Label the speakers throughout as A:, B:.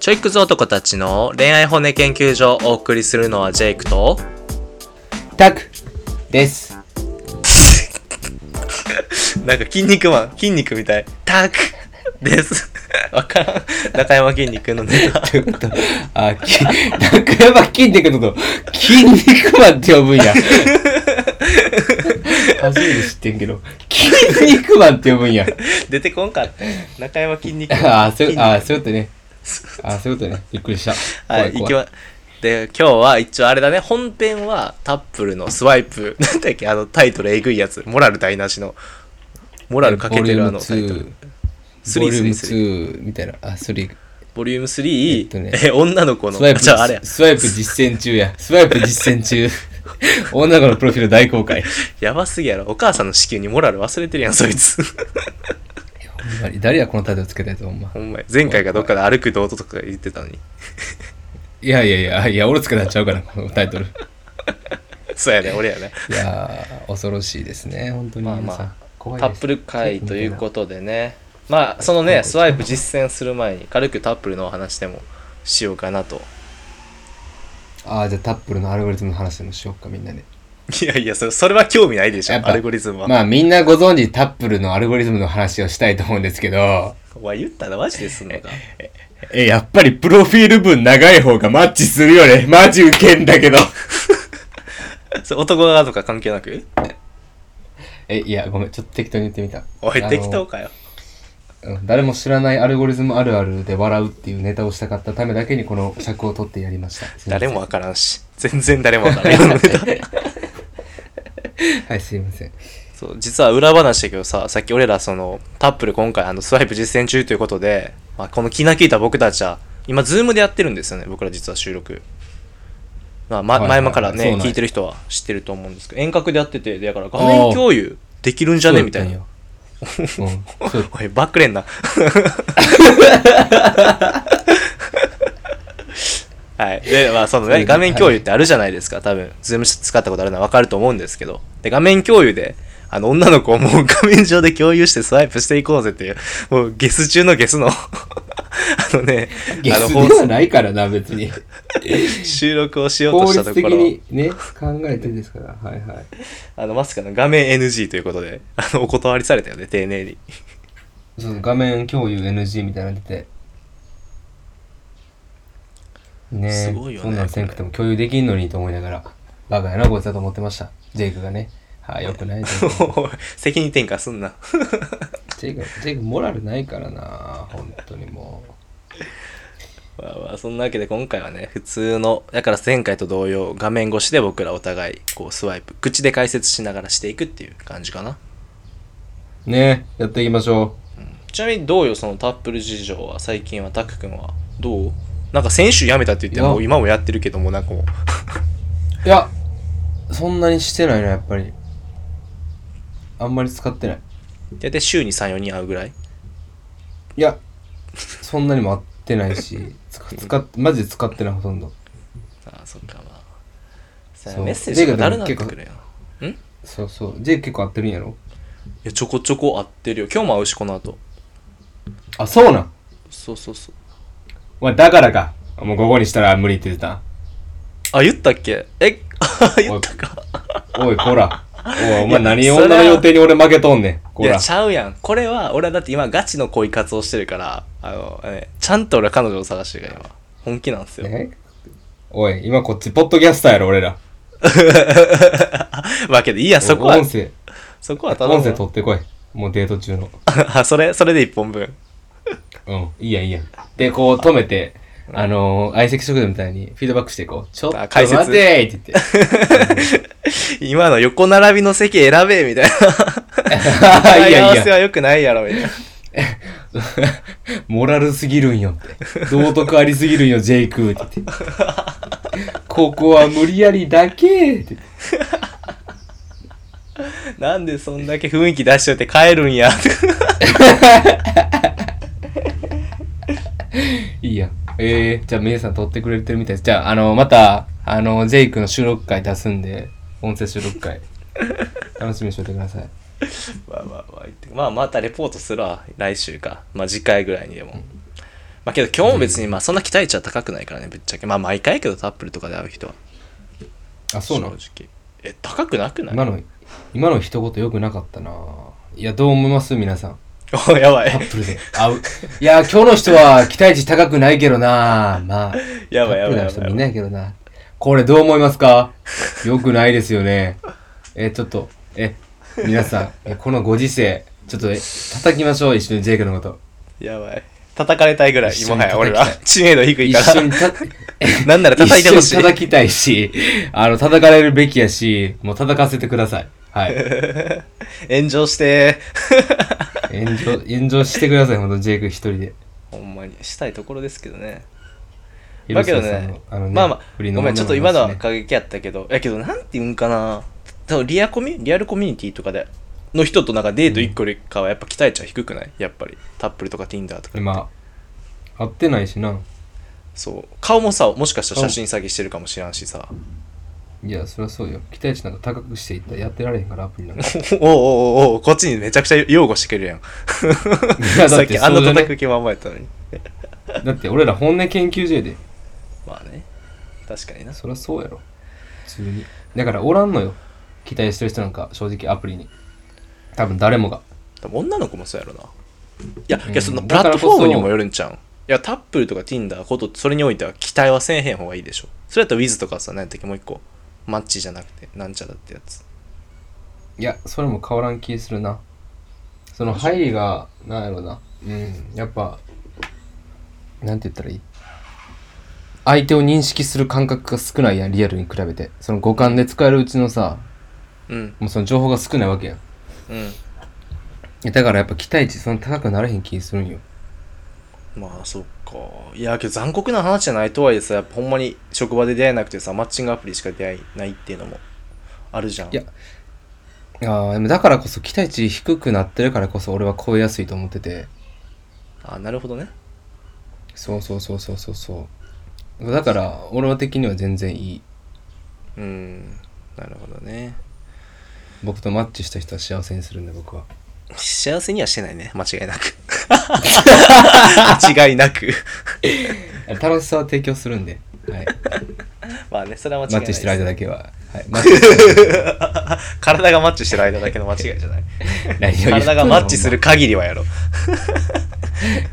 A: ちょいくず男たちの恋愛骨研究所をお送りするのはジェイクと、
B: タクです。
A: なんか筋肉マン、筋肉みたい。タクです。 わからん。中山筋肉のネタ。
B: ということあ、き、 中山筋肉のこと、筋肉マンって呼ぶん や。初めて知ってんけど、筋肉マンって呼ぶんや。
A: 出てこんかった。中山筋 肉
B: あー、そう
A: 筋、肉
B: あー、そういうことね。あー、そういうことね。びっくりした。
A: は
B: 怖
A: い、
B: い
A: 行
B: 怖
A: き
B: い
A: ま、で、今日は一応あれだね、本編はタップルのスワイプ、 なんだっけ、あのタイトルえぐいやつ、モラル台無しの、モラルかけてるあのタイトル。スリ
B: ボ
A: ー
B: リュ
A: ス
B: ー
A: リ
B: ム
A: ースリー
B: 2みたいな。あ、スリー。
A: ボリューム3、え
B: えっとね
A: 女の子の、
B: スワイプ、
A: じゃああれや、
B: スワイプ実践中や。スワイプ実 践中。女の子のプロフィール大公開。
A: やばすぎやろ、お母さんの子宮にモラル忘れてるやん、そいつ。
B: ほんまに誰やこのタイトルつけたやつ、ほんま。
A: ほんまや前回がどっかで歩く道とか言ってたのに。
B: いやいやいや、いや、俺つけたんちゃうから、このタイトル。
A: そうやね、俺やね。
B: いやー、恐ろしいですね、本当に
A: まあまあ
B: 皆さん。怖い
A: タ
B: で
A: ッ
B: す
A: プル会ということでね、まあ、そのね、スワイプ実践する前に、軽くタップルのお話でもしようかなと。
B: ああ、じゃあタップルのアルゴリズムの話でもしようか、みんなで。
A: いやいや、それそれは興味ないでしょ
B: やっ、ぱ
A: アルゴリズムは。
B: まあ、みんなご存知タップルのアルゴリズムの話をしたいと思うんですけど、
A: お前言ったらマジですんのか。
B: え、やっぱりプロフィール文長い方がマッチするよね。マジウケんだ けど。
A: それ男側とか関係なく
B: え、いや、ごめん、ちょっと適当に言ってみた。
A: お
B: あ
A: い、
B: の
A: 適当かよ。
B: うん誰も知らないアルゴリズムあるあるで笑うっていうネタをしたかったためだけにこの尺を取ってやりました。すいませ
A: 誰
B: ん
A: もわからんし。全然誰もわからん。今 のネタ
B: はい、すいません。
A: そう、実は裏話だけどさ、さっき俺らその、タップル今回あの、スワイプ実践中ということで、まあ、この気な利いた僕たちは、今、ズームでやってるんですよね、僕ら実は収録。まあ、ま、
B: はいはい
A: 前々から
B: そう
A: ね
B: な、んや
A: 聞いてる人は知ってると思うんですけど、遠隔でやってて、だから画
B: あ
A: 面
B: ー
A: 共有できるんじゃねみたいな。
B: そうだったんよ。うん、そう
A: おい、バックレ んな。はい。で、まあ、その
B: それ
A: ね、
B: で
A: 画面共有ってあるじゃないですか、多分。ズーム使ったことあるのはわかると思うんですけど。で、画面共有で、あの、女の子をもう画面上で共有してスワイプしていこうぜっていう、もうゲス中のゲスの、 あのね、
B: ゲ
A: あの、
B: スで
A: 放
B: は
A: 送、
B: ないからな、別に。
A: 収録をしようと
B: 効
A: したと
B: 率
A: こ
B: 的
A: ろ、
B: にね、考えてですから。はいはい。
A: あの、まさかの画面 NG ということで、あの、お断りされたよね、丁寧に。
B: そう画面共有 NG みたいなの出て。ねえ、
A: すごいよね
B: そんなんせんくても共有できんのにと思いながら、バカやな、こいつだと思ってました。ジェイクがね。はい、よくないです。
A: おい責任転嫁すんな。
B: ジェイク、ジェイクモラルないからな、本当にもう。
A: まあまあそんなわけで今回はね普通のだから前回と同様画面越しで僕らお互いこうスワイプ口で解説しながらしていくっていう感じかな
B: ねえ、やっていきましょ
A: ちなみにどうよそのタップル事情は最近はタク君はどうなんか先週辞めたって言って
B: いや
A: もう今もやってるけどもなんかもう
B: う。いや、そんなにしてないな、やっぱり。あんまり使ってない。
A: 大体週に34人会うぐらい
B: いや、そんなにも合ってないし、 使使っマジで使ってない、ほとんど。
A: ああそっかまあさあ
B: そう
A: メッセージが誰なってくれよんい
B: そうそう。ジェイク結構合ってるんやろ
A: やちょこちょこ会ってるよ今日も会うしこの後
B: あ、そうなん。
A: そうそうそう
B: お前、だからか。もう午後にしたら無理って言ってた。
A: あ言ったっけえ 言ったか
B: おい、こら。おい、お前
A: い
B: 何
A: や
B: 女
A: それ
B: の
A: は
B: 予定に俺負けとんねん。こ
A: いや、
B: ら。
A: ちゃうやん。これは、俺はだって今ガチの恋活をしてるから、あの、ね、ちゃんと俺は彼女を探してるから今。本気なんです よ。
B: えおい、今こっち、ポッドキャスターやろ、俺ら。
A: わけで、いいや、そこは
B: 音、声、
A: そこは頼むわ
B: 音声取ってこい。もうデート中の。
A: あ、それ、それで一本分。
B: うん、いいや、いいや。で、こう止めて、あのー、相席食堂みたいにフィードバックしていこう。ちょっと
A: あ
B: 待
A: 解説
B: てーって言って。
A: 今の横並びの席選べ、みたいな。
B: いやい
A: 合わ
B: や
A: せ。は良くないやろ、みたいな。
B: モラルすぎるんよって。道徳ありすぎるんよ、ジェイクって言って。ここは無理やりだけって。
A: なんでそんだけ雰囲気出しといて帰るんや。
B: いいや。えー、じゃあ皆さん撮ってくれてるみたいです。じゃあ、あの、また、あの、ジェイクの収録会出すんで、音声収録会。楽しみにしといてください。
A: まあまあまあ言って、まあまたレポートするわ、来週か。まあ次回ぐらいにでも。まあけど今日も別にまあそんな期待値は高くないからね、ぶっちゃけ。まあ毎回やけどタップルとかで会う人は。
B: あ、そうなの
A: 正直。え、高くなくない
B: 今の、今の一言よくなかったないや、どう思います皆さん。
A: お やば
B: タ
A: い。
B: ップルで会う。いや、今日の人は期待値高くないけどなまあ、
A: やばいやばいやば
B: タップ
A: い
B: ルな人みんなやけどな。これどう思いますかよくないですよね。え、ちょっと、え、皆さん、えこのご時世、ちょっと、え叩きましょう、一緒にジェイクのこと。
A: やばい。叩かれたいぐらい、
B: 一緒
A: 今
B: に
A: はや俺ら
B: 叩きた。い
A: 知名度低い
B: 一
A: か
B: 緒に
A: ら。
B: た、
A: なんなら叩いてほし
B: 一緒
A: い
B: に。叩きたいし、あの、叩かれるべきやし、もう叩かせてください。はい。
A: 炎上して。
B: 炎上、炎上してください、ほんと、ジェイク一人で。
A: ほんまにしたいところですけどね。だ
B: 広
A: け
B: 瀬
A: ど
B: さんの
A: ね、
B: あのね
A: まあま
B: 振り
A: あ、
B: の
A: ごめん、ちょっと今のは
B: ね
A: 過激やったけど、やけど、なんて言うんかな、多分リアコミリアルコミュニティとかで、の人となんかデート1個よりかはやっぱ期待値は低くないやっぱり。タップルとか Tinder とか。
B: 今、会ってないしな。
A: そう。顔もさ、もしかしたら写真詐欺してるかもしらんしさ。
B: いや、そりゃそうよ。期待値なんか高くしていったらやってられへんから、アプリなんか。
A: おおおおおこっちにめちゃくちゃ擁護してくれるやん。
B: いや だ
A: さっ
B: って
A: き
B: そ
A: あんな
B: うじゃ
A: 叩
B: ね
A: く気まんまやったのに。
B: だって俺ら本音研究所やで。
A: まあね。確かにな。
B: そりゃそうやろ。普通に。だからおらんのよ。期待してる人なんか、正直アプリに。多分誰もが。
A: でも女の子もそうやろな。いや、
B: うん
A: いやそのプ
B: だ
A: ラ
B: か
A: ッ
B: ら
A: ト
B: こ
A: フ
B: そ
A: ォームにもよるんちゃうん。いや、タップルとか Tinder こと、それにおいては期待はせえへん方がいいでしょ。それやったら Wiz とかさ、何やったっけ、もう一個。マッチじゃなくて、なんちゃだってやつ。
B: いや、それも変わらん気するな。その入りが、なんやろな。うん、やっぱ、なんて言ったらいい相手を認識する感覚が少ないやん、リアルに比べて。その五感で使えるうちのさ、
A: うん、
B: もうその情報が少ないわけやん。い
A: うん。
B: やだからやっぱ期待値その高くなれへん気するんよ。
A: まあ、そっか。いや、けど残酷な話じゃないとはいえさ、やっぱほんまに職場で出会えなくてさ、マッチングアプリしか出会えないっていうのもあるじゃん。
B: いやあーでもだからこそ期待値低くなってるからこそ俺は超えやすいと思ってて。
A: あ、なるほどね。
B: そうそうそうそうそうそう。だから俺は的には全然いい。
A: うん。なるほどね。
B: 僕とマッチした人は幸せにするんで僕は。
A: 幸せにはしてないね。間違いな く。間違いなく。
B: 楽しさは提供するんで、はい、
A: まあね、それは間違い
B: マ
A: ないで
B: ッチ
A: す
B: してる間だけは、はい、マッチしてる
A: 体がマッチしてる間だけの間違いじゃない
B: 間何を言ってんねん
A: 体が マッチする限りはやろう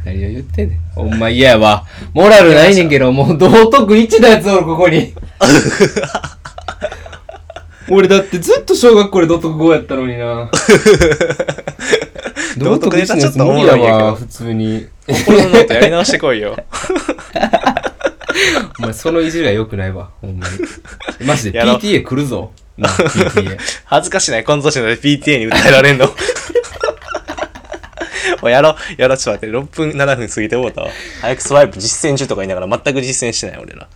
B: 何を言ってんねんほんま嫌やわモラルないねんけどもう道徳一のやつおるここ に俺だってずっと小学校で道徳5やったのにな道徳一のやつ無理やわ普通に
A: 心のノートやり直してこいよ
B: お前そのいじりは良くないわほんまにマジで
A: やろう
B: PTA 来るぞな PTA
A: 恥ずかしない今年ので PTA に訴えられんの もうやろうやろうちょっと待って6分7分過ぎてもうたわ早くスワイプ実践中とか言いながら全く実践してない俺ら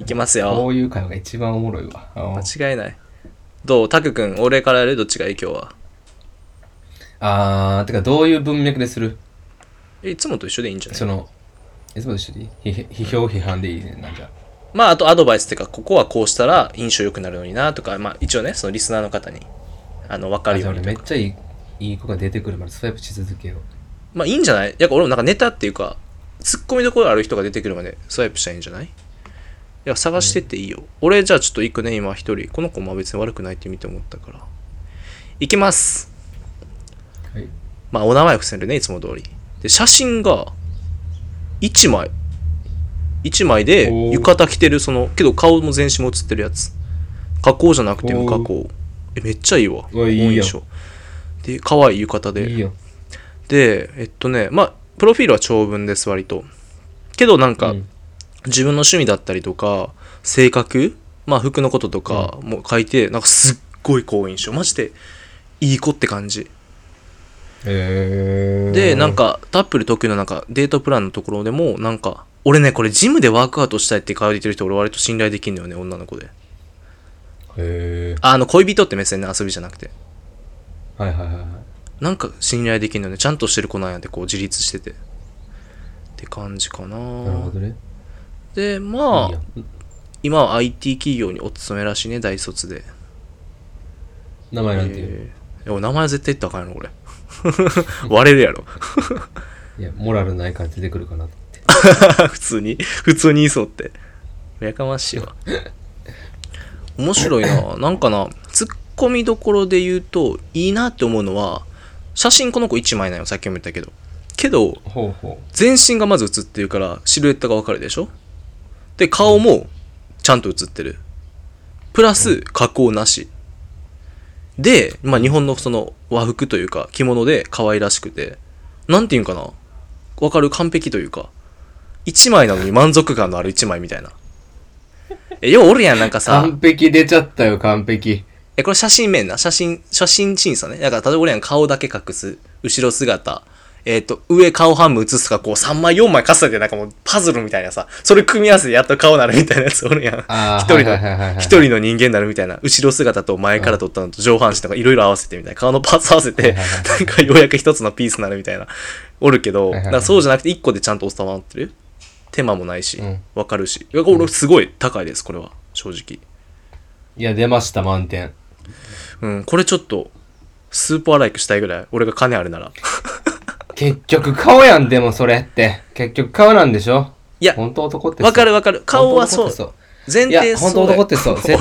A: いけます
B: こ
A: よ
B: ういう会話が一番おもろいわうん
A: 間違いないどうタク君俺からやるどっちがいい今日は
B: あーてかどういう文脈でする
A: えいつもと一緒でいいんじゃない
B: その、いつもと一緒でいい批批評批判でいいねんな、じゃあ
A: まああとアドバイスっていうかここはこうしたら印象良くなるのになとかまあ一応ねそのリスナーの方にあの分か
B: あ
A: る
B: じ
A: よ
B: ゃあ
A: うに
B: 俺めっちゃいいいい子が出てくるまでスワイプし続けよう。
A: まあいいんじゃないやっぱ俺もなんかネタっていうか、ツッコミどころある人が出てくるまでスワイプしたらいいんじゃないいや、探してっていいよ。俺じゃあちょっと行くね、今一人。この子も別に悪くないって見て思ったから。行きます。
B: はい。
A: まあお名前伏せるね、いつも通り。で、写真が、1枚。1枚で
B: おー
A: 浴衣着てる、その、けど顔も全身も写ってるやつ。加工じゃなくて無加工。え、めっちゃいいわ。
B: おいいいやん
A: 好印象で、可愛い浴衣で。
B: いいよ。
A: でえっとねまあプロフィールは長文です割とけどなんか、
B: うん
A: 自分の趣味だったりとか性格まあ服のこととかも書いて、なんかすっごい好印象マジでいい子って感じ
B: えー、
A: でなん、かタップル特有のなんかデートプランのところでもなんか俺ねこれジムでワークアウトしたいって顔で言ってる人俺割と信頼できるのよね女の子で
B: え
A: ああの恋人って目線ね遊びじゃなくて
B: ー、はいはいはいはい。
A: なんか信頼できるのよねちゃんとしてる子なんやってこう自立しててって感じかな
B: なるほどね。
A: でまあ
B: いいや
A: 今は IT 企業にお勤めらしいね大卒で、
B: 名前なんていう、
A: えー、いや名前絶対言ったらあかんやろこれ 割れるやろ
B: いや、モラルないから出てくるかなと思って。
A: 普通に普通に言いそうってやかましいわ面白いななんかなツッコミどころで言うといいなって思うのは写真この子1枚なんよさっきも言ったけどけど
B: ほうほ
A: 全身がまず写ってるからシルエットがわかるでしょで顔もちゃんと写ってるプラス加工なしで、まあ、日本のその和服というか着物で可愛らしくてなんていうんかなわかる完璧というか1枚なのに満足感のある1枚みたいなえようおるやんなんか
B: う。
A: さ
B: 完璧出ちゃったよ、完璧。
A: え、これ写真面な。写真、写真審査ね。だから、例えば俺らが顔だけ隠す。後ろ姿。えっ、と、上顔半分写すか、こう3枚4枚重ねて、なんかもうパズルみたいなさ。それ組み合わせてやっと顔なるみたいなやつおるやん。
B: あー
A: 一人
B: はいはいはいは
A: の、
B: い
A: 一人の人間になるみたいな。後ろ姿と前から撮ったのと上半身とかいろいろ合わせてみたいな。顔のパーツ合わせて、
B: はいはいは
A: なんかようやく一つのピースになるみたいな。おるけど、
B: はいは
A: だ
B: いはい
A: からそうじゃなくて一個でちゃんと収まってる。手間もないし
B: うん、
A: わかるし。いや俺すごい高いです、これは。正直。
B: いや、出ました、満点。
A: うん、これちょっと、スーパーライクしたいぐらい。俺が金あるなら。
B: 結局顔やん、でもそれって。結局顔なんでしょ
A: いや
B: 本当男ってそう
A: わかるわかる。顔はそう。
B: 本当男って
A: 前
B: いや、
A: 提
B: 本
A: そ
B: 当
A: うだよ。
B: 男ってそう。ぜ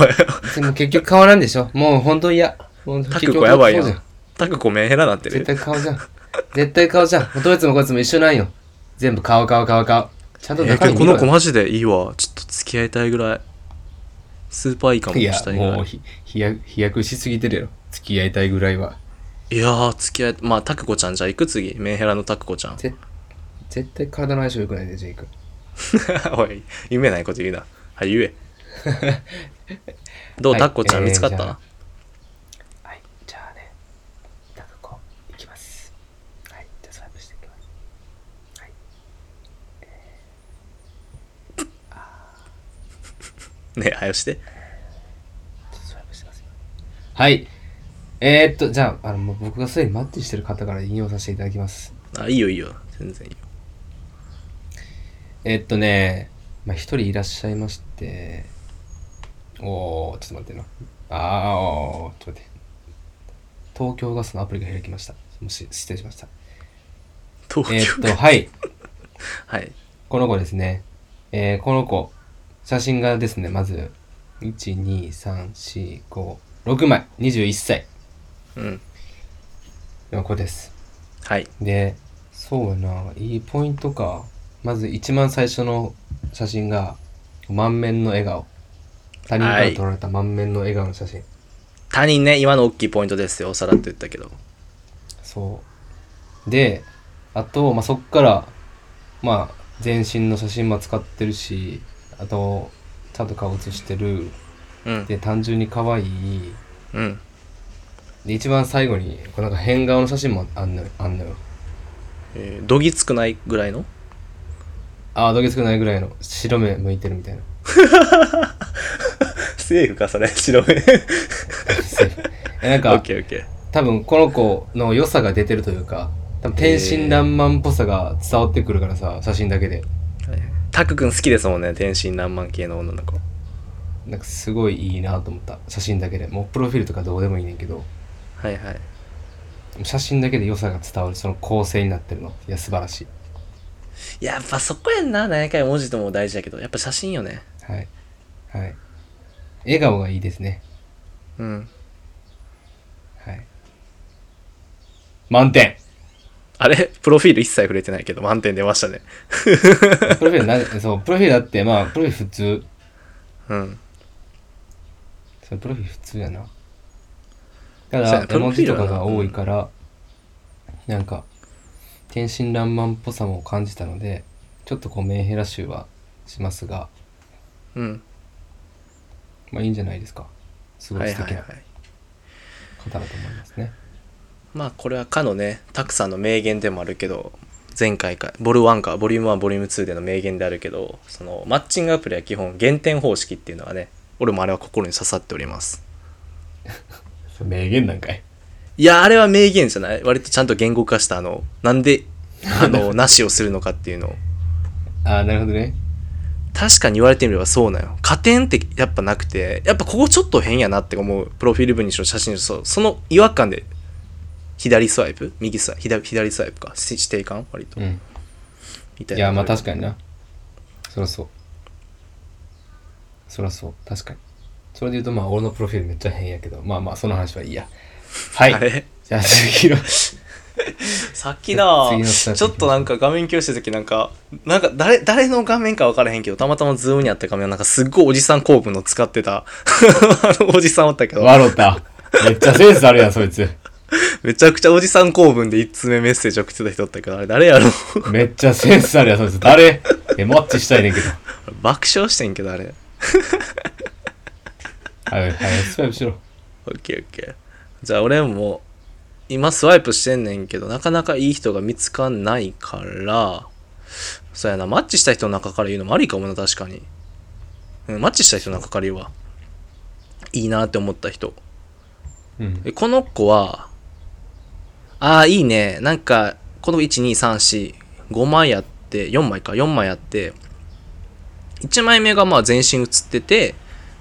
B: でも結局顔なんでしょもう本当嫌。もう
A: タ
B: 結
A: ク
B: 局
A: コやばい
B: そうじゃ
A: よ
B: ん。。
A: タクコ目減らなって
B: 絶
A: る。
B: 対顔じゃん。絶対顔じゃん。どいつもこいつも一緒なんよ。全部顔顔顔顔。ちゃんと
A: えー
B: 中
A: け
B: 身
A: どこ
B: 見ろ
A: の
B: よ
A: 子マジでいいわ。ちょっと付き合いたいぐらい。スーパーいいかも
B: いや
A: したいぐらい。い
B: もう
A: や
B: ひ飛躍飛躍しすぎてるよ付き合いたいぐらいは
A: ー、付き合い、まあ、タクコちゃんじゃあ行く次。メンヘラのタクコ ちゃん。
B: ぜ絶対体の相性良くないでジェイク
A: おい、夢ないこと言うな。はい、 言え。どう、
B: はい
A: タクコちゃん
B: えー
A: 見つかった、
B: じゃはいじゃあねタクコいきますはいじゃあサイブしていきます
A: ねえ、はよして。
B: はいえー、っとじゃああのもう僕がすでにマッチしてる方から引用させていただきます
A: あ、いいよいいよ。全然いいよ。
B: えー、っとねまあ一人いらっしゃいましておーちょっと待ってなあーおーちょっと待って東京ガスのアプリが開きましたもし失礼しました
A: 東
B: えー、
A: 京
B: っ
A: か、
B: とはい
A: はい。
B: この子ですね。えー、この子、写真がですね、まず、1、2、3、4、5、6枚、21歳
A: うん。
B: の子です。
A: はい。
B: で、そうやな、いいポイントか。まず、一番最初の写真が、満面の笑顔。他人から撮られた満面の笑顔の写真。
A: 他人ね、今の大きいポイントですよ。さらっと言ったけど。
B: そう。で、あと、まあ、そっから、まあ、全身の写真も使ってるし、あと、ちゃんと顔写してる。
A: うん。
B: で、単純に可愛い。
A: うん。
B: で一番最後にこうなんか変顔の写真もあんのよあんのよ
A: えーどぎつくないぐらいの
B: ああどげつくないぐらいの白目向いてるみた いな
A: セーフか、それ。白目。
B: えな
A: オ
B: ん
A: ッ
B: か
A: ケーオッケー。
B: 多分この子の良さが出てるというか多分天真爛漫っぽさが伝わってくるからさ写真だけで
A: タク君好きですもんね。天真爛漫系の女の子。
B: なんかすごいいいなと思った写真だけでもうプロフィールとかどうでもいいねんけど
A: はいはい。
B: 写真だけで良さが伝わるその構成になってるのいや素晴らしい
A: やっぱそこやんな。何回文字とも大事だけど。やっぱ写真よね。
B: はいはい笑顔がいいですね
A: うん。
B: はい満点
A: あれプロフィール一切触れてないけど、満点出ましたね。
B: プロフィールな、 そう、プロフィールだって、まあ、プロフィール普通。
A: うん。
B: それプロフィール普通やな。た
A: そうや
B: だ
A: な、プ
B: 絵
A: ロ
B: 文
A: フィー
B: 字
A: ル
B: と
A: はな
B: かが多いから、なんか、天真爛漫っぽさも感じたので、ちょっとこう、メンヘラ集はしますが、
A: うん。
B: まあいいんじゃないですか。すご
A: はいい
B: 素
A: はい
B: 敵
A: は。
B: ない方だと思いますね。
A: まあこれはかのね、たくさんの名言でもあるけど、前回か、ボル1か、ボリューム1、ボリューム2での名言であるけど、そのマッチングアプリは基本減点方式っていうのがね、俺もあれは心に刺さっております。
B: それ名言なんかい。
A: いや、あれは名言じゃない割とちゃんと言語化した、あの、なん で、あの、なしをするのかっていうのを。
B: ああ、なるほどね。
A: 確かに言われてみればそうなのよ加点ってやっぱなくてやっぱここちょっと変やなって思うプロフィール文にしろ写真にしろそうその違和感で左スワイプ右スワイプ左左スワイプかし指定感割と
B: うん。
A: みたい
B: い
A: な
B: や、まあ確かにな。そらそうそらそう確かにそれで言うとまあ俺のプロフィールめっちゃ変やけどまあまあその話はいいやは
A: あ
B: い
A: れ
B: じゃあ次の
A: さっきな
B: 次のスタート
A: ちょっとなんか画面共有してる時なんかなんか誰誰の画面か分からへんけどたまたまズームにあった画面はなんかすっごいおじさん構文の使ってた あのおじさんおったけど
B: 笑っためっちゃセンスあるやんそいつ
A: めちゃくちゃおじさん構文で1通目メッセージ送ってた人おったけどあれ誰やろ
B: めっちゃセンスあるやんそいつ誰えマッチしたいねんけど
A: 爆笑してんけどあれ
B: はいはいスワイプしろ
A: オッケーオッケーじゃあ俺も今スワイプしてんねんけどなかなかいい人が見つかんないからそうやなマッチした人の中から言うのもありかもな確かに、うん、マッチした人の中から言うわいいなって思った人
B: うん
A: えこの子はああいいねなんかこの12345枚あって4枚か4枚あって1枚目がまあ全身写ってて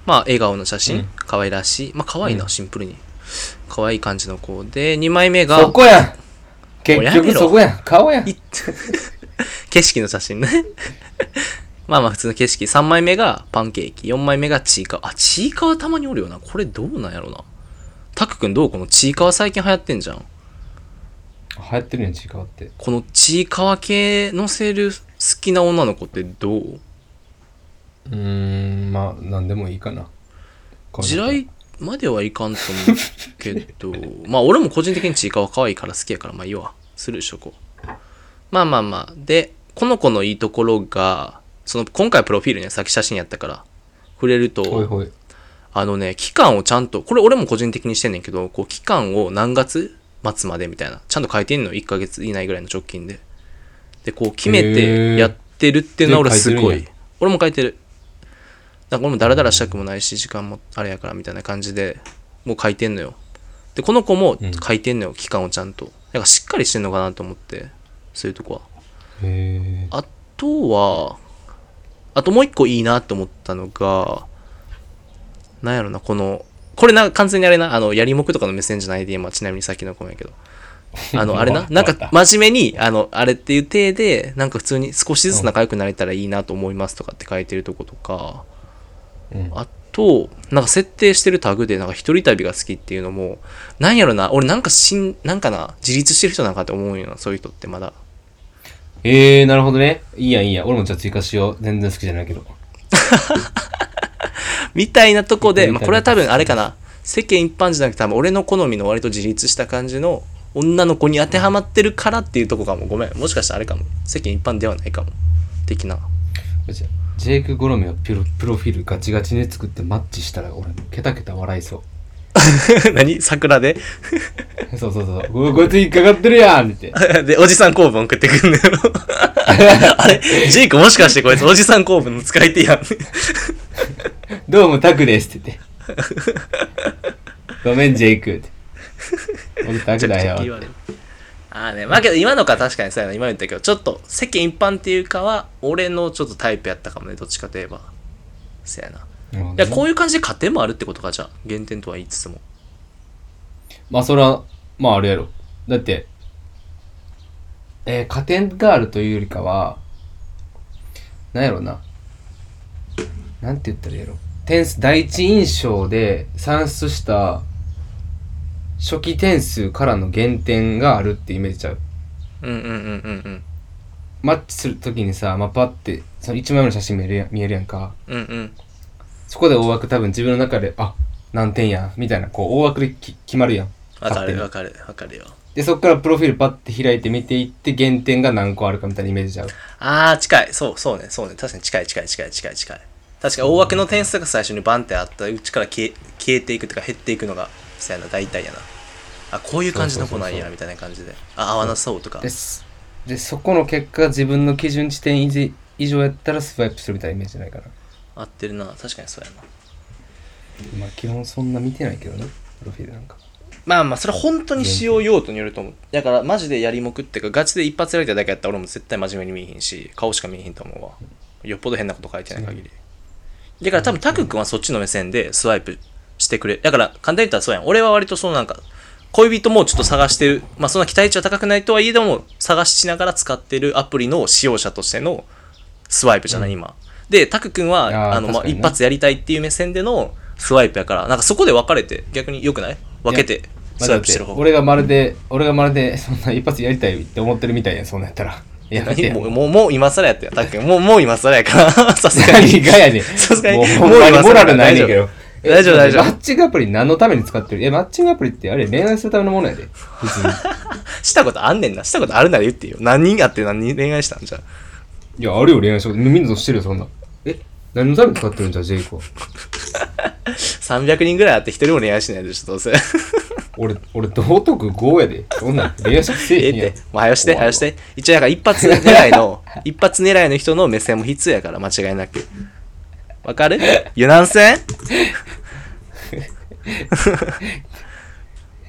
A: まあ笑顔の写
B: う
A: 真
B: ん
A: 可愛らしいまあ可愛いな、
B: うん
A: シンプルに可愛い感じの子で2枚目
B: そ
A: が
B: こやん結
A: もうやめ
B: 局
A: ろ
B: そこやん顔やん
A: い 景色の写真ね まあまあ普通の景色3枚目がパンケーキ4枚目がチーカーあチーカーはたまにおるよなこれどうなんやろなタク君どうこのチーカー最近流行ってんじゃん
B: 流行ってるやん違うって
A: このちいかわ系乗せる好きな女の子ってどう
B: うーんまあ何でもいいかな
A: 地雷まではいかんと思うけど まあ俺も個人的にちいかわ可愛いから好きやからまあいいわするでしょこうまあまあまあでこの子のいいところがその今回プロフィールにはさっき写真やったから触れると
B: ほいほい
A: あのね、期間をちゃんと、これ俺も個人的にしてんねんけど、こう期間を何月末までみたいな、ちゃんと書いてんの、1ヶ月以内ぐらいの直近で。で、こう決め
B: へ
A: て
B: ー
A: やってるっていうのは俺すご
B: で書いてる
A: い。
B: ん
A: 俺も書いてる。だから俺もダラダラしたくもないし、時間もあれやからみたいな感じで、もう書いてんのよ。で、この子も
B: うん
A: 書いてんのよ、期間をちゃんと。だからしっかりしてんのかなと思って、そういうとこは。
B: へ
A: あとは、あともう一個いいなって思ったのが、なんやろな、この、これな、完全にあれな、あの、やりもくとかの目線じゃないで、今、ちなみにさっきの子もやけど、あの、あれな、なんか、真面目に、あの、あれっていう体で、なんか普通に少しずつ仲良くなれたらいいなと思いますとかって書いてるとことか、
B: うん
A: あと、なんか設定してるタグで、なんか一人旅が好きっていうのも、なんやろな、俺なんかしん、なんかな、自立してる人なんかって思うよな、そういう人ってまだ。
B: えー、なるほどね。いいやん、いいやん。俺もじゃあ追加しよう。全然好きじゃないけど。
A: みたいなとこで、まあ、
B: みたいな
A: これは多分あれかな世間一般じゃなくて多分俺の好みの割と自立した感じの女の子に当てはまってるからっていうとこかもごめんもしかしたらあれかも世間一般ではないかも的な
B: ジェイク・ゴロメをプロプロフィールガチガチで作ってマッチしたら俺、ケタケタ笑いそう。
A: 何桜で
B: そうそうそう。ここいつ引っかかってるやんって。
A: でおじさん公文送ってくんの よあれジェイクもしかしてこいつおじさん公文の使い手やん
B: どうもタクですって 言って。ごめん、ジェイクって。俺タクだよって。
A: ああねまあけど今のか確かにそうやな今言ったけどちょっと世間一般っていうかは俺のちょっとタイプやったかもねどっちかといえばそうやな
B: なるほ
A: いや
B: どね
A: こういう感じで勝てもあるってことかじゃあ減点とは言いつつも
B: まあそれは、まああれやろ。だって、えー、加点があるというよりかは、なんやろな。なんて言ったらいいやろ。点数、第一印象で算出した初期点数からの減点があるってイメージちゃう。
A: うんうんうんうん
B: マッチするときにさ、まあ、パって、その1枚目の写真見えるやん見えるやんか。
A: うんうんうん
B: そこで大枠多分自分の中で、あ、何点やん、みたいな、こう大枠でき決まるやん。
A: わか
B: 勝手
A: る
B: に
A: わかるわかるよ
B: で、そこからプロフィールパッて開いて見ていって、減点が何個あるかみたいなイメージちゃう。
A: あー近いそうそうねそうね確かに近い近い近い近い近い確かに大枠の点数が最初にバンってあったうちから消え消えていくとか減っていくのがそうやな大体やなあこういう感じの子なんやみたいな感じであ合わなそうとか
B: です。で、そこの結果、自分の基準地点以上以上やったらスワイプするみたいなイメージじゃないかな。
A: 合ってるな確かにそうやな
B: まあ、基本そんな見てないけどね、プロフィールなんか。
A: まあまあそれ本当に使用用途によると思うだからマジでやりもくってかガチで一発やりたいだけやったら俺も絶対真面目に見えへんし顔しか見えへんと思うわよっぽど変なこと書いてない限りだから多分タク君はそっちの目線でスワイプしてくれだから簡単に言ったらそうやん俺は割とそのなんか恋人もちょっと探してるまあそんな期待値は高くないとはいえども探しながら使ってるアプリの使用者としてのスワイプじゃない、今。で、タク君
B: いや
A: は、
B: ー
A: あの、ま
B: 確
A: あ、
B: かにね
A: 一発やりたいっていう目線でのスワイプやから、なんかそこで分かれて、逆に良くない分けて、
B: まあ
A: スワイプしてる方が。
B: 俺がまるで、俺がまるで、そんな一発やりたいって思ってるみたいやん、そんなんやったら。いやめて
A: 何
B: や
A: もう、もう、もう今更やってよ。タク君、もう、もう今更やから。 さすが
B: 何
A: に。
B: がやねん。
A: さすがに
B: もう、
A: もう今更
B: モラルないねんけど。
A: 大丈夫
B: え
A: 大丈夫
B: マッチングアプリ何のために使ってるいや、マッチングアプリってあれ恋愛するためのものやで。別に。
A: したことあんねんな。したことあるなら言っていいよ。何人やって何人恋愛したんじゃあ。
B: いや、あるよ、恋愛しよう。みんなとしてるよ、そんな。え何のために使ってるんじゃ、ジェイコ。
A: 300人ぐらいあって一人も恋愛しないでしょ、どうせ。
B: 俺、俺、道徳5やで。そんなん、恋愛しかせえ
A: え
B: へ
A: え
B: ん
A: っ
B: やん
A: て。もう早押して、早
B: 怖いわ
A: 押して。一応、だから一発狙いの、一発狙いの人の目線も必要やから、間違いなく。わ かる油断せん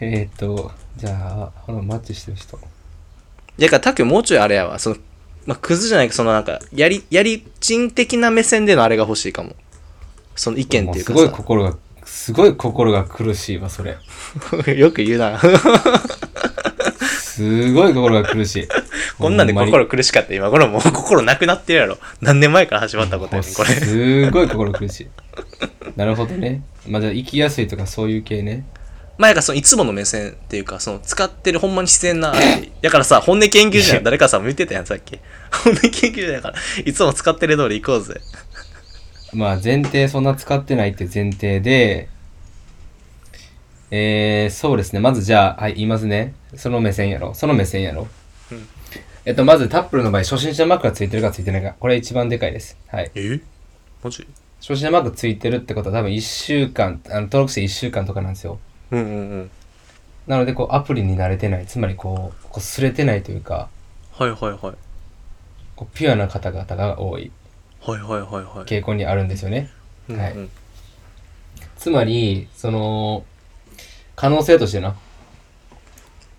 B: えー、っと、じゃあ、あの、マッチしてる人。
A: いや、だから、たくもうちょいあれやわ。その、まあ、クズじゃないけど、そのなんか、やり、やりちん的な目線でのあれが欲しいかも。その意見っていうか
B: もすごい
A: さ。
B: 心が、すごい心が苦しいわ、それ。
A: よく言うな。
B: すごい心が苦しい。
A: こんなんで
B: ほまに
A: 心苦しかった今頃もう心なくなってるやろ。何年前から始まったことやねん、これ。
B: すごい心苦しい。なるほどね。まあ、じゃあ、生きやすいとかそういう系ね。
A: まあ、やからそのいつもの目線っていうか、その使ってるほんまに自然な相手。だからさ、本音研究所やん誰かさ、見てたやん、さっき。本音研究所やから、いつも使ってる通り行こうぜ。
B: まあ、前提、そんな使ってないって前提で、えー、そうですね。まずじゃあ、はい、言いますね。その目線やろ。その目線やろ。
A: うん
B: えっと、まずタップルの場合、初心者マークがついてるかついてないか。これ一番でかいです。はい。
A: えマジ
B: 初心者マークついてるってことは多分1週間、あの登録して1週間とかなんですよ。
A: うんうんうん。
B: なので、こう、アプリに慣れてない。つまりこう、こうすれてないというか、
A: はいはいはい。
B: こうピュアな方々が多い
A: はいはいはいはい。
B: 傾向にあるんですよね。
A: うん
B: はい
A: うん
B: つまり、その、可能性としてな、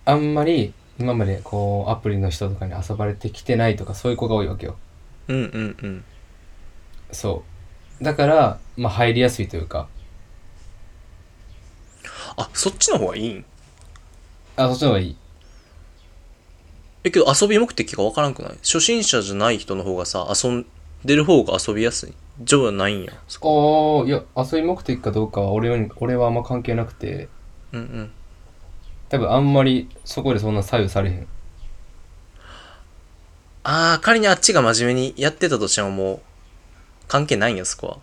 B: あんまり今までこう、アプリの人とかに遊ばれてきてないとか、そういう子が多いわけよ。
A: うんうんうん。
B: そう。だから、まあ、入りやすいというか、
A: あ、そっちの方がいいん
B: あ、そっちの方がいい。
A: え、けど遊び目的がわからんくない初心者じゃない人の方がさ、遊んでる方が遊びやすい。じゃないんや。そこ。
B: ああ、いや、遊び目的かどうかは俺に俺はあんま関係なくて、
A: うんうん。
B: 多分あんまりそこでそんな左右されへん。
A: ああ、仮にあっちが真面目にやってたとしてももう、関係ないんや、そこは。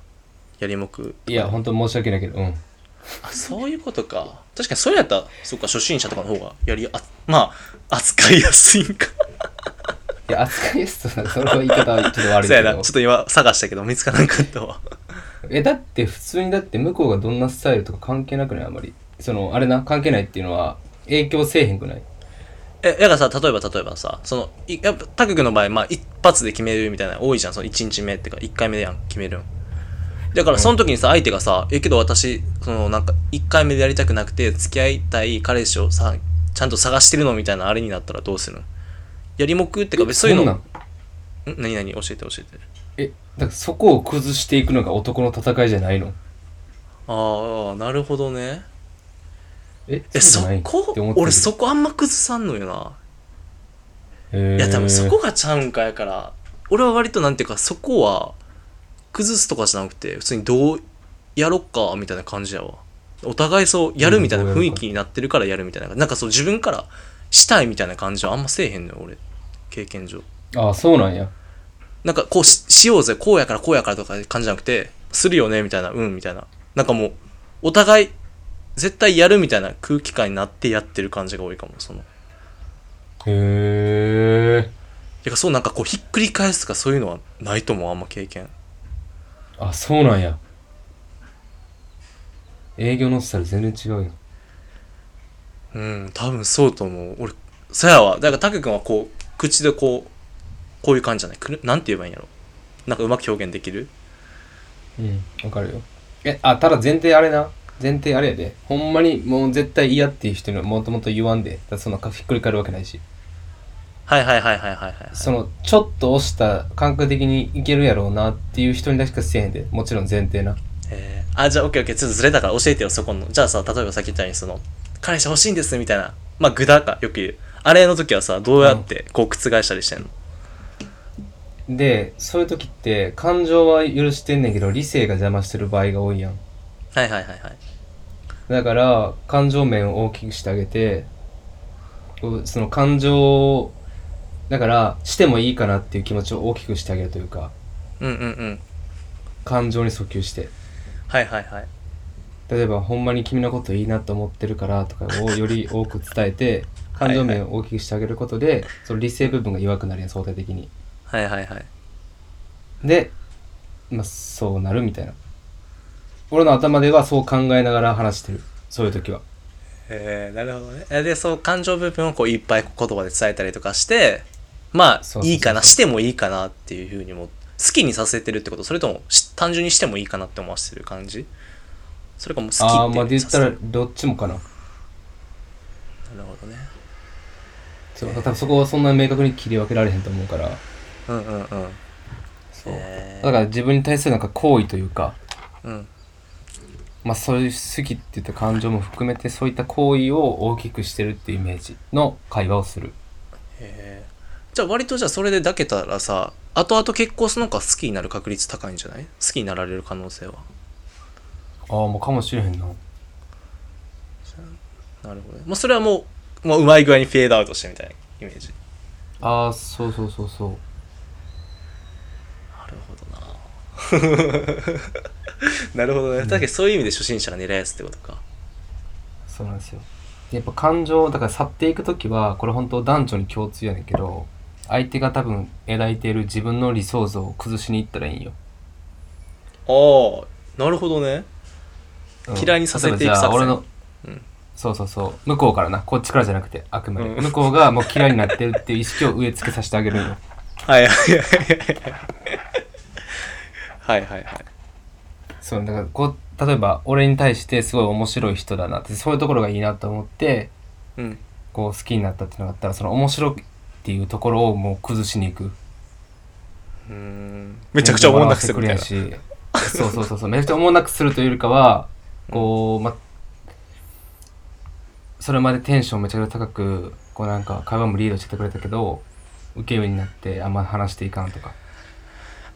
A: やりもく。
B: いや、本当申し訳ないけど、うん。
A: あ、そういうことか。確かにそれやったら、そっか、初心者とかの方が、やりあ、まあ、扱いやすいんか。
B: いや、扱いやすさ、その言い方はちょっと悪
A: そう
B: いけ
A: やな、ちょ
B: ど
A: っ。と今探したけど見つからなかったわ。
B: え、だって普通にだって向こうがどんなスタイルとか関係なくないあんまり。その、あれな、関係ないっていうのは影響せえへんくない
A: え、だからさ、例えば例えばさ、その、いやっぱ、他局の場合、まあ、一発で決めるみたいなの多いじゃん、その1日目ってか、1回目でやん、決めるん。だから、その時にさ、相手がさ、え、けど私、その、なんか、1回目でやりたくなくて、付き合いたい彼氏をさ、ちゃんと探してるのみたいなあれになったらどうするのやりもくってか、別にそういうの、
B: ん
A: ん
B: なん
A: 何々教えて教えて。
B: え、だからそこを崩していくのが男の戦いじゃないの
A: ああ、なるほどね。
B: え、
A: え、
B: う
A: そ
B: じゃない
A: こ
B: って思っ、てる
A: 俺そこあんま崩さんのよな。
B: へー
A: いや多分そこがちゃうんかやから俺は割となんていうかそこは崩すとかじゃなくて普通にどうやろっかみたいな感じやわお互いそうやるみたいな
B: うん
A: 雰囲気になってるからやるみたいななんかそう自分からしたいみたいな感じはあんませえへんのよ俺経験上
B: あ、そうなんや。
A: なんかこうししようぜこうやからこうやからとかいう感じじゃなくてするよねみたいなうんみたいななんかもうお互い絶対やるみたいな空気感になってやってる感じが多いかもその
B: へえ。
A: てかそうなんかこうひっくり返すとかそういうのはないと思うあんま経験
B: あ、そうなんや。営業のスタイル全然違うよ。
A: うん、多分そうと思う。俺、さやは、だから、たけくんはこう、口でこう、こういう感じじゃないくるなんて言えばいいんやろなんかうまく表現できる
B: うん、わかるよ。え、あ、ただ前提あれな。前提あれやで。ほんまにもう絶対嫌っていう人にはもともと言わんで。だからそんなかひっくり返るわけないし。
A: はいはいはいはいはいはい。
B: その、ちょっと押した感覚的にいけるやろうなっていう人にだけしかせえへんで。もちろん前提な。
A: えー、あ、じゃあ、オッケーオッケー、ちょっとずれたから教えてよ、そこの。じゃあさ、例えばさっき言ったように、その、彼氏欲しいんです、みたいな。まあ、具だか、よく言う。あれの時はさ、どうやって、こう、覆したりしてんの、
B: でそういう時って感情は許してんねんけど理性が邪魔してる場合が多いやん
A: はいはいはいはい。
B: だから感情面を大きくしてあげてうその感情をだからしてもいいかなっていう気持ちを大きくしてあげるというか
A: うんうんうん。
B: 感情に訴求して
A: はいはいはい。
B: 例えばほんまに君のこといいなと思ってるからとかをより多く伝えて感情面を大きくしてあげることでその理性部分が弱くなるやん相対的に
A: はいはいはい。
B: で、まあ、そうなるみたいな俺の頭ではそう考えながら話してるそういう時は
A: えー、なるほどね。えで、そう、感情部分をこういっぱい言葉で伝えたりとかして、まあ
B: そうそう、そう
A: いいかな、してもいいかなっていうふうにも、好きにさせてるってことそれともし、単純にしてもいいかなって思わせてる感じそれかもう好きって
B: ああまあで言ったら
A: さ
B: どっちもかな
A: せなるほどね。
B: そう多分そこはそんな明確に切り分けられへんと思うから
A: うんうんうん。
B: そう
A: えー
B: だから自分に対するなんか好意というか
A: うん。
B: まあそういう好きっていった感情も含めてそういった行為を大きくしてるっていうイメージの会話をする
A: えー、じゃあ割とじゃあそれで抱けたらさ後々結婚するのか好きになる確率高いんじゃない好きになられる可能性は
B: ああもうかもしれへんな
A: なるほどね、まあ、それはもうもううまい具合にフェードアウトしてみたいなイメージ
B: ああそうそうそうそう
A: なるほどな なるほどねだけどそういう意味で初心者が狙いやすってことか
B: そうなんですよでやっぱ感情だから去っていく時はこれ本当男女に共通やねんけど相手が多分描いている自分の理想像を崩しに行ったらいいんよ、
A: ああなるほどね
B: うん
A: 嫌いにさせていく作戦
B: 例えばじゃあ俺の
A: うん
B: そうそうそう向こうからなこっちからじゃなくてあくまで、
A: うん
B: 向こうがもう嫌いになってるっていう意識を植え付けさせてあげるんよ
A: はいはいはいはいはいはい
B: そうだからこう例えば俺に対してすごい面白い人だなってそういうところがいいなと思って
A: うん
B: こう好きになったっていうのがあったらその面白いっていうところをもう崩しに行く
A: うーんめちゃくちゃ思んなくするみたいな
B: 笑わせてくれやしそうそうそうそうめちゃくちゃ思んなくするというよりかはこうまそれまでテンションめちゃくちゃ高くこうなんか会話もリードしてくれたけど受け身になってあんま話していかんとか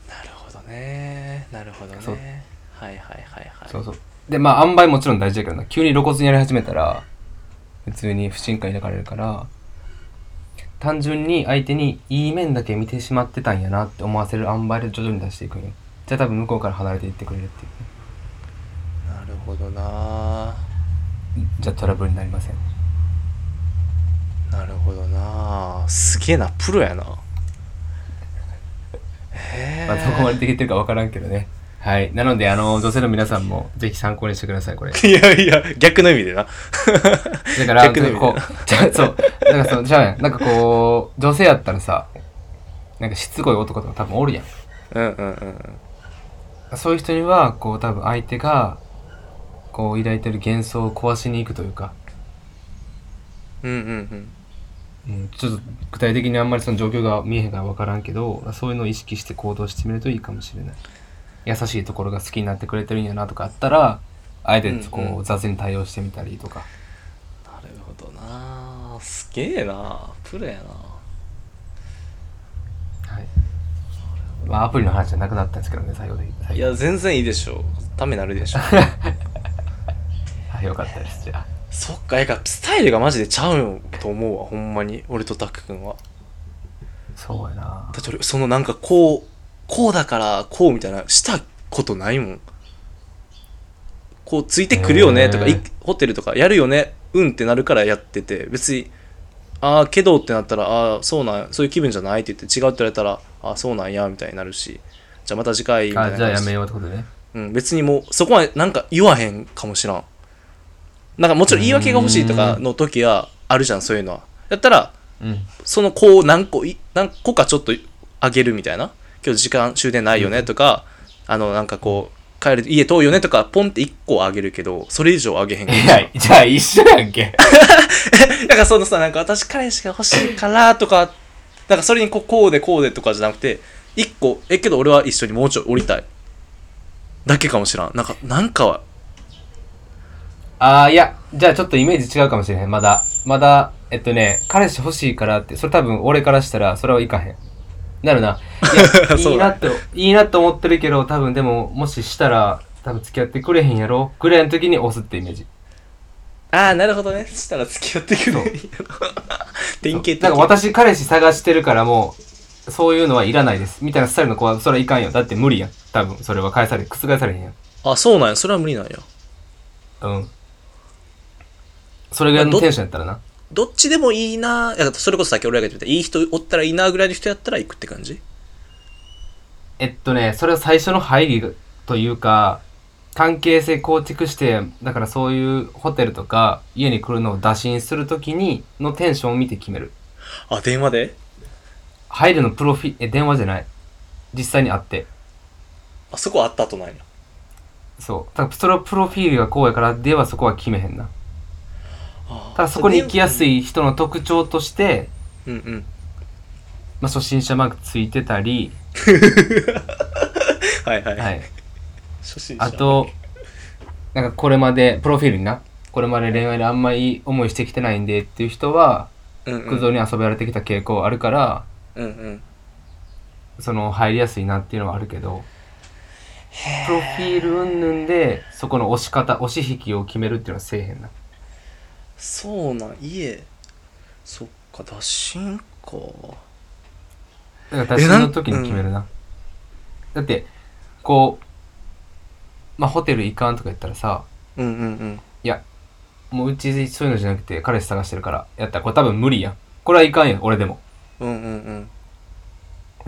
A: なるほどねなるほど
B: そう
A: ねはいはいはいはい
B: そうそうでまあ塩梅もちろん大事だけどな急に露骨にやり始めたら普通に不信感抱かれるから単純に相手にいい面だけ見てしまってたんやなって思わせる塩梅で徐々に出していくんよじゃあ多分向こうから離れていってくれるっていう
A: なるほどな
B: じゃあトラブルになりません
A: なるほどなすげえなプロや なへえ、
B: まあ、どこまでできてるか分からんけどね。はい。なので、あの、女性の皆さんも、ぜひ参考にしてください、これ。
A: いやいや逆の意味でな
B: だから、
A: 逆の
B: な
A: 意
B: ん
A: 味
B: かこう、じゃあそう、なんかそう、じゃあ、なんかこう、女性やったらさ、なんかしつこい男とか多分おるやん。
A: うんうんうんうん
B: そういう人には、こう、多分相手が、こう、抱いてる幻想を壊しに行くというか、
A: うんうん
B: うん、ちょっと具体的にあんまりその状況が見えへんから分からんけど、そういうのを意識して行動してみるといいかもしれない。優しいところが好きになってくれてるんやなとかあったら、あえてこ
A: うんう
B: う、
A: ん
B: 雑に対応してみたりとか。
A: なるほどなすげえなプロやな
B: はい。まあ、アプリの話じゃなくなったんですけどね、最後で。最後
A: いや全然いいでしょためになるで しょ
B: はい、よかったです、じゃあ。
A: そっかえかスタイルがマジでちゃうよと思うわほんまに俺とタック君は
B: そうやな
A: だ。って俺そのなんかこうこうだからこうみたいなしたことないもんこうついてくるよねとか、
B: へー
A: いホテルとかやるよねうんってなるからやってて別にああけどってなったらああそうなんそういう気分じゃないって言って違うって言われたらああそうなんやみたいになるしじゃあまた次回 みたい
B: あ、
A: な
B: じゃあや
A: 感じ
B: めようってことね。
A: うん、別にもうそこはなんか言わへんかもしらんなんかもちろん言い訳が欲しいとかの時はあるじゃんそういうのはやったら
B: うん。
A: その子を何個い何個かちょっとあげるみたいな今日時間終電ないよねとか、あのなんかこう帰る家遠いよねとかポンって1個あげるけどそれ以上あげへん
B: いや、じゃあ一緒やんけ。
A: だからそのさ なんか私彼氏が欲しいからとかなんかそれにこうこうでこうでとかじゃなくて1個えけど俺は一緒にもうちょい降りたいだけかもしらんなんかなんかは
B: あー、いや、じゃあちょっとイメージ違うかもしれへん、まだ。まだ、えっとね、彼氏欲しいからって、それ多分俺からしたら、それはいかへん。なるな。い や
A: そ
B: いうい
A: だ
B: な
A: ね
B: って、いいなって思ってるけど、多分でも、もししたら、多分付き合ってくれへんやろぐらいの時に押すってイメージ。
A: ああ、なるほどね。そしたら付き合ってくれる。典型的。
B: なんか私、彼氏探してるからもう、そういうのはいらないです。みたいなスタイルの子は、それはいかんよ。だって無理やん。多分、それは返され、覆されへんやん。
A: あ、そうなんや。それは無理なんや。
B: うん。それぐらいのテンションやったらな。
A: どっちでもいいな。いやそれこそさっき俺らが言ってた、いい人おったらいいなぐらいの人やったら行くって感じ
B: えっとね、それは最初の入りというか、関係性構築して、だからそういうホテルとか家に来るのを打診するときにのテンションを見て決める。
A: あ、電話で
B: 入るのプロフィ、え、電話じゃない。実際に会って。
A: あそこあった後なんや。
B: そう。だからそれはプロフィールがこうやから、ではそこは決めへんな。
A: あー
B: ただそこに行きやす。い人の特徴として、
A: うんうん。
B: まあ、初心者マークついてたり、
A: はいはい。
B: はい。
A: 初心者。
B: あ、と、なんかこれまで、プロフィールにな、これまで恋愛であんまり思いしてきてないんでっていう人は、
A: うんうん、
B: 空洞に遊べられてきた傾向あるから、
A: うんうん。
B: その入りやすいなっていうのはあるけどプロフィール云々でそこの押し方押し引きを決めるっていうのはせえへんな
A: そうなん、家。そっか、打診か。
B: だから私の時に決めるなだってこうまあホテル行かんとか言ったらさ
A: うんうんうん。
B: いやもううちそういうのじゃなくて彼氏探してるからやったらこれ多分無理やんこれはいかんやん俺でも
A: うんうんうん。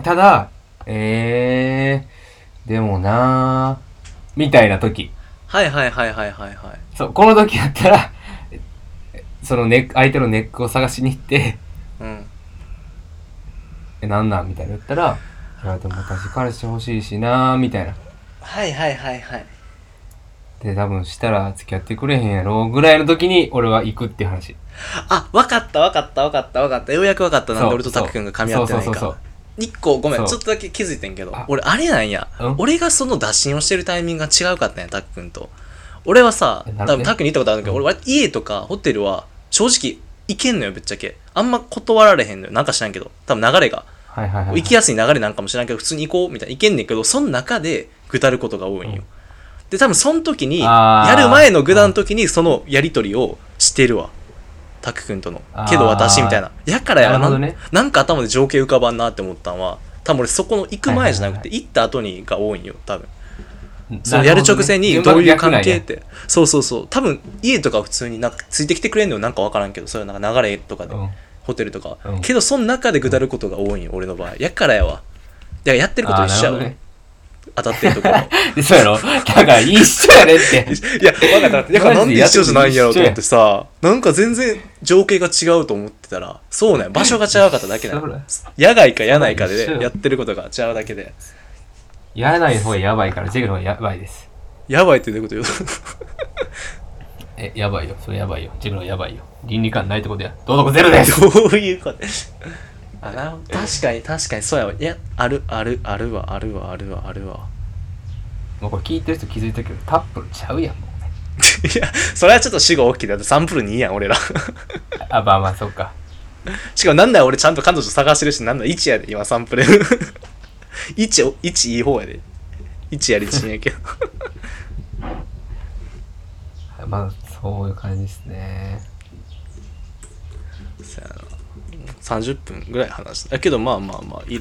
B: ただえー、でもなーみたいな時
A: はいはいはいはいはいはい。
B: そう、この時やったら、そのネック、相手のネックを探しに行って、
A: うん。
B: え、なんなんみたいな言ったら、いや、でも私彼氏欲しいしなみたいな。
A: はいはいはいはい。
B: で、多分したら付き合ってくれへんやろぐらいの時に俺は行くっていう話。
A: あ、わかったわかったわかったわかった。ようやくわかった。なん
B: そう
A: で俺とタク君が噛み合ってない
B: そうそうそう
A: か。一個ごめ
B: そ
A: ん、
B: う
A: ちょっとだけ気づいてんけど
B: あ、
A: 俺あれなんや
B: うん。
A: 俺がその打診をしてるタイミングが違うかったんや、タク君と。俺はさ
B: えな、る
A: 多分タク君に言ったことあるんだけど、
B: うん
A: 俺割と家とかホテルは正直行けんのよ、ぶっちゃけ。あんま断られへんのよ。なんか知らんけど。多分流れが。
B: はいはいはい、はい。
A: 行きやすい流れなんかも知らんけど、普通に行こうみたいな。行けんねんけど、その中でぐたることが多いん
B: う
A: よ
B: ん。
A: で、多分その時に、
B: あー
A: やる前のぐだの時にそのやりとりをしてるわ。タク君との
B: あ。ー
A: けど私みたいな。やからや
B: なる
A: な
B: ほど
A: ん、
B: ね
A: なんか頭で情景浮かばんなって思ったんは、多分俺そこの行く前じゃなく
B: はいはい
A: て、行った後にが多いんよ、多分。
B: なるほどね、
A: そのやる直前にどういう関係っ
B: 順番が逆なんや
A: て。そうそうそう。多分家とか普通になんかついてきてくれんのよ、なんかわからんけど、それなんか流れとかで。
B: うん。
A: ホテルとか、
B: うん
A: けどその中で下ることが多いんよ俺の場合やっからやわだからやってること
B: あ
A: 一
B: ー
A: 緒や
B: な
A: わ、
B: るほどね。
A: 当たってると ころい
B: でそうやろだから一緒やねって。
A: や分かっただからなんで一緒じゃないんやろうと思って
B: マ
A: さなんか全然情景が違うと思ってたらそうなんや場所が違うかっただけな
B: そ
A: ん
B: うだ
A: や野外か野内かで
B: 一緒
A: ね
B: や
A: やってることが違うだけで
B: やらない方がやばいから、ジェグの方がやばいです。
A: やばいってどういうこと言う
B: え、やばいよ。それやばいよ。ジェグの方がやばいよ。倫理観ないってことや。道徳ゼ ロです
A: どういうことあなるほど確かに確かにそうやわいやあるあるあるわあるわあるわあるわ
B: もうこれ聞いてる人気づいたけど、タップルちゃうやん、もうね。
A: いやそれはちょっと死後大きいだってサンプル2やん俺ら
B: あ、まあまあ、そっか。
A: しかもなんだ俺ちゃんと彼女探してるし、なんだ1やで、今サンプ ル。1、1いい方やで。1やり1やけ ど。
B: まあ、そういう感じですね。
A: そやな30分ぐらい話した。だけどまあまあまあ、い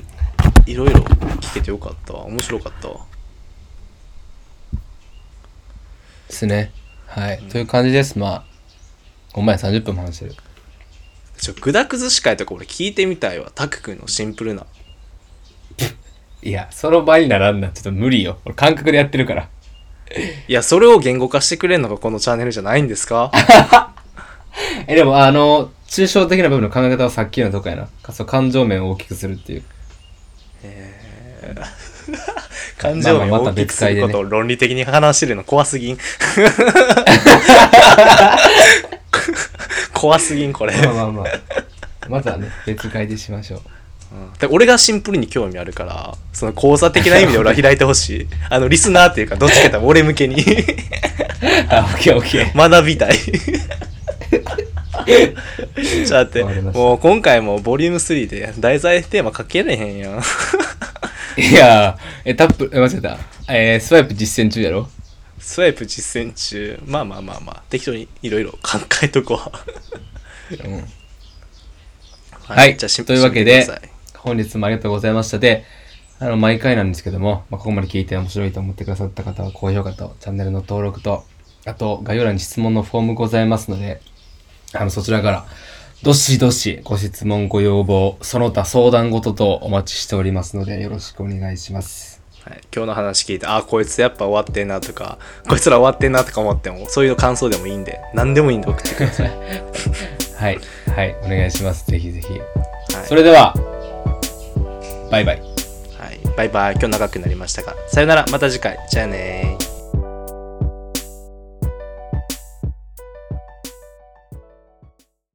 A: いろいろ聞けてよかったわ。面白かったわ。
B: ですね。はい。という感じです。まあ、お前30分も話してる。
A: ちょ、グダ崩し会とか俺聞いてみたいわ。タク君のシンプルな。
B: いや、その場にならんな。ちょっと無理よ。俺、感覚でやってるから。
A: いや、それを言語化してくれるのがこのチャンネルじゃないんですか
B: え、でも、あの、抽象的な部分の考え方はさっきのとこやな。かそう感情面を大きくするっていう。
A: 感情面
B: まあ
A: を
B: ま
A: 大
B: あまた
A: きく
B: 別
A: す
B: 会で
A: る
B: ね
A: ことを論理的に話してるの怖す ぎん。怖すぎん、こ れ。
B: まあま あ。またね、別会でしまし ょう。
A: で俺がシンプルに興味あるからその交差的な意味で俺は開いてほし いあのリスナーっていうかどっちかっていうと俺向けに
B: あ、オッケーオッケー。
A: 学びたいちょっと
B: わか
A: 待
B: り
A: っ
B: ま
A: て、
B: した
A: もう今回もボリューム3で題材テーマ書けれへんやん。
B: いやー、え、タップ、え、間違えた。えー、スワイプ実践中やろ
A: スワイプ実践中、まあまあまあまあ、適当にいろいろ考えとこう。
B: うん。
A: は
B: はい。
A: じゃあし
B: というわけで
A: 締めてください、
B: 本日もありがとうございました。で、あの、毎回なんですけども、まあ、ここまで聞いて面白いと思ってくださった方は、高評価とチャンネルの登録と、あと、概要欄に質問のフォームございますので、あの、そちらから、どしどしご質問、ご要望、その他相談事とお待ちしておりますので、よろしくお願いします。
A: はい、今日の話聞いて、あ、こいつやっぱ終わってんなとか、こいつら終わってんなとか思っても、そういう感想でもいいんで、何でもいいんで送ってくだ さい。
B: はい。はい。お願いします。ぜひぜひ。
A: はい
B: それでは、バイバイ。
A: はい、バイバイ、今日長くなりましたが、さよなら、また次回、じゃあねー。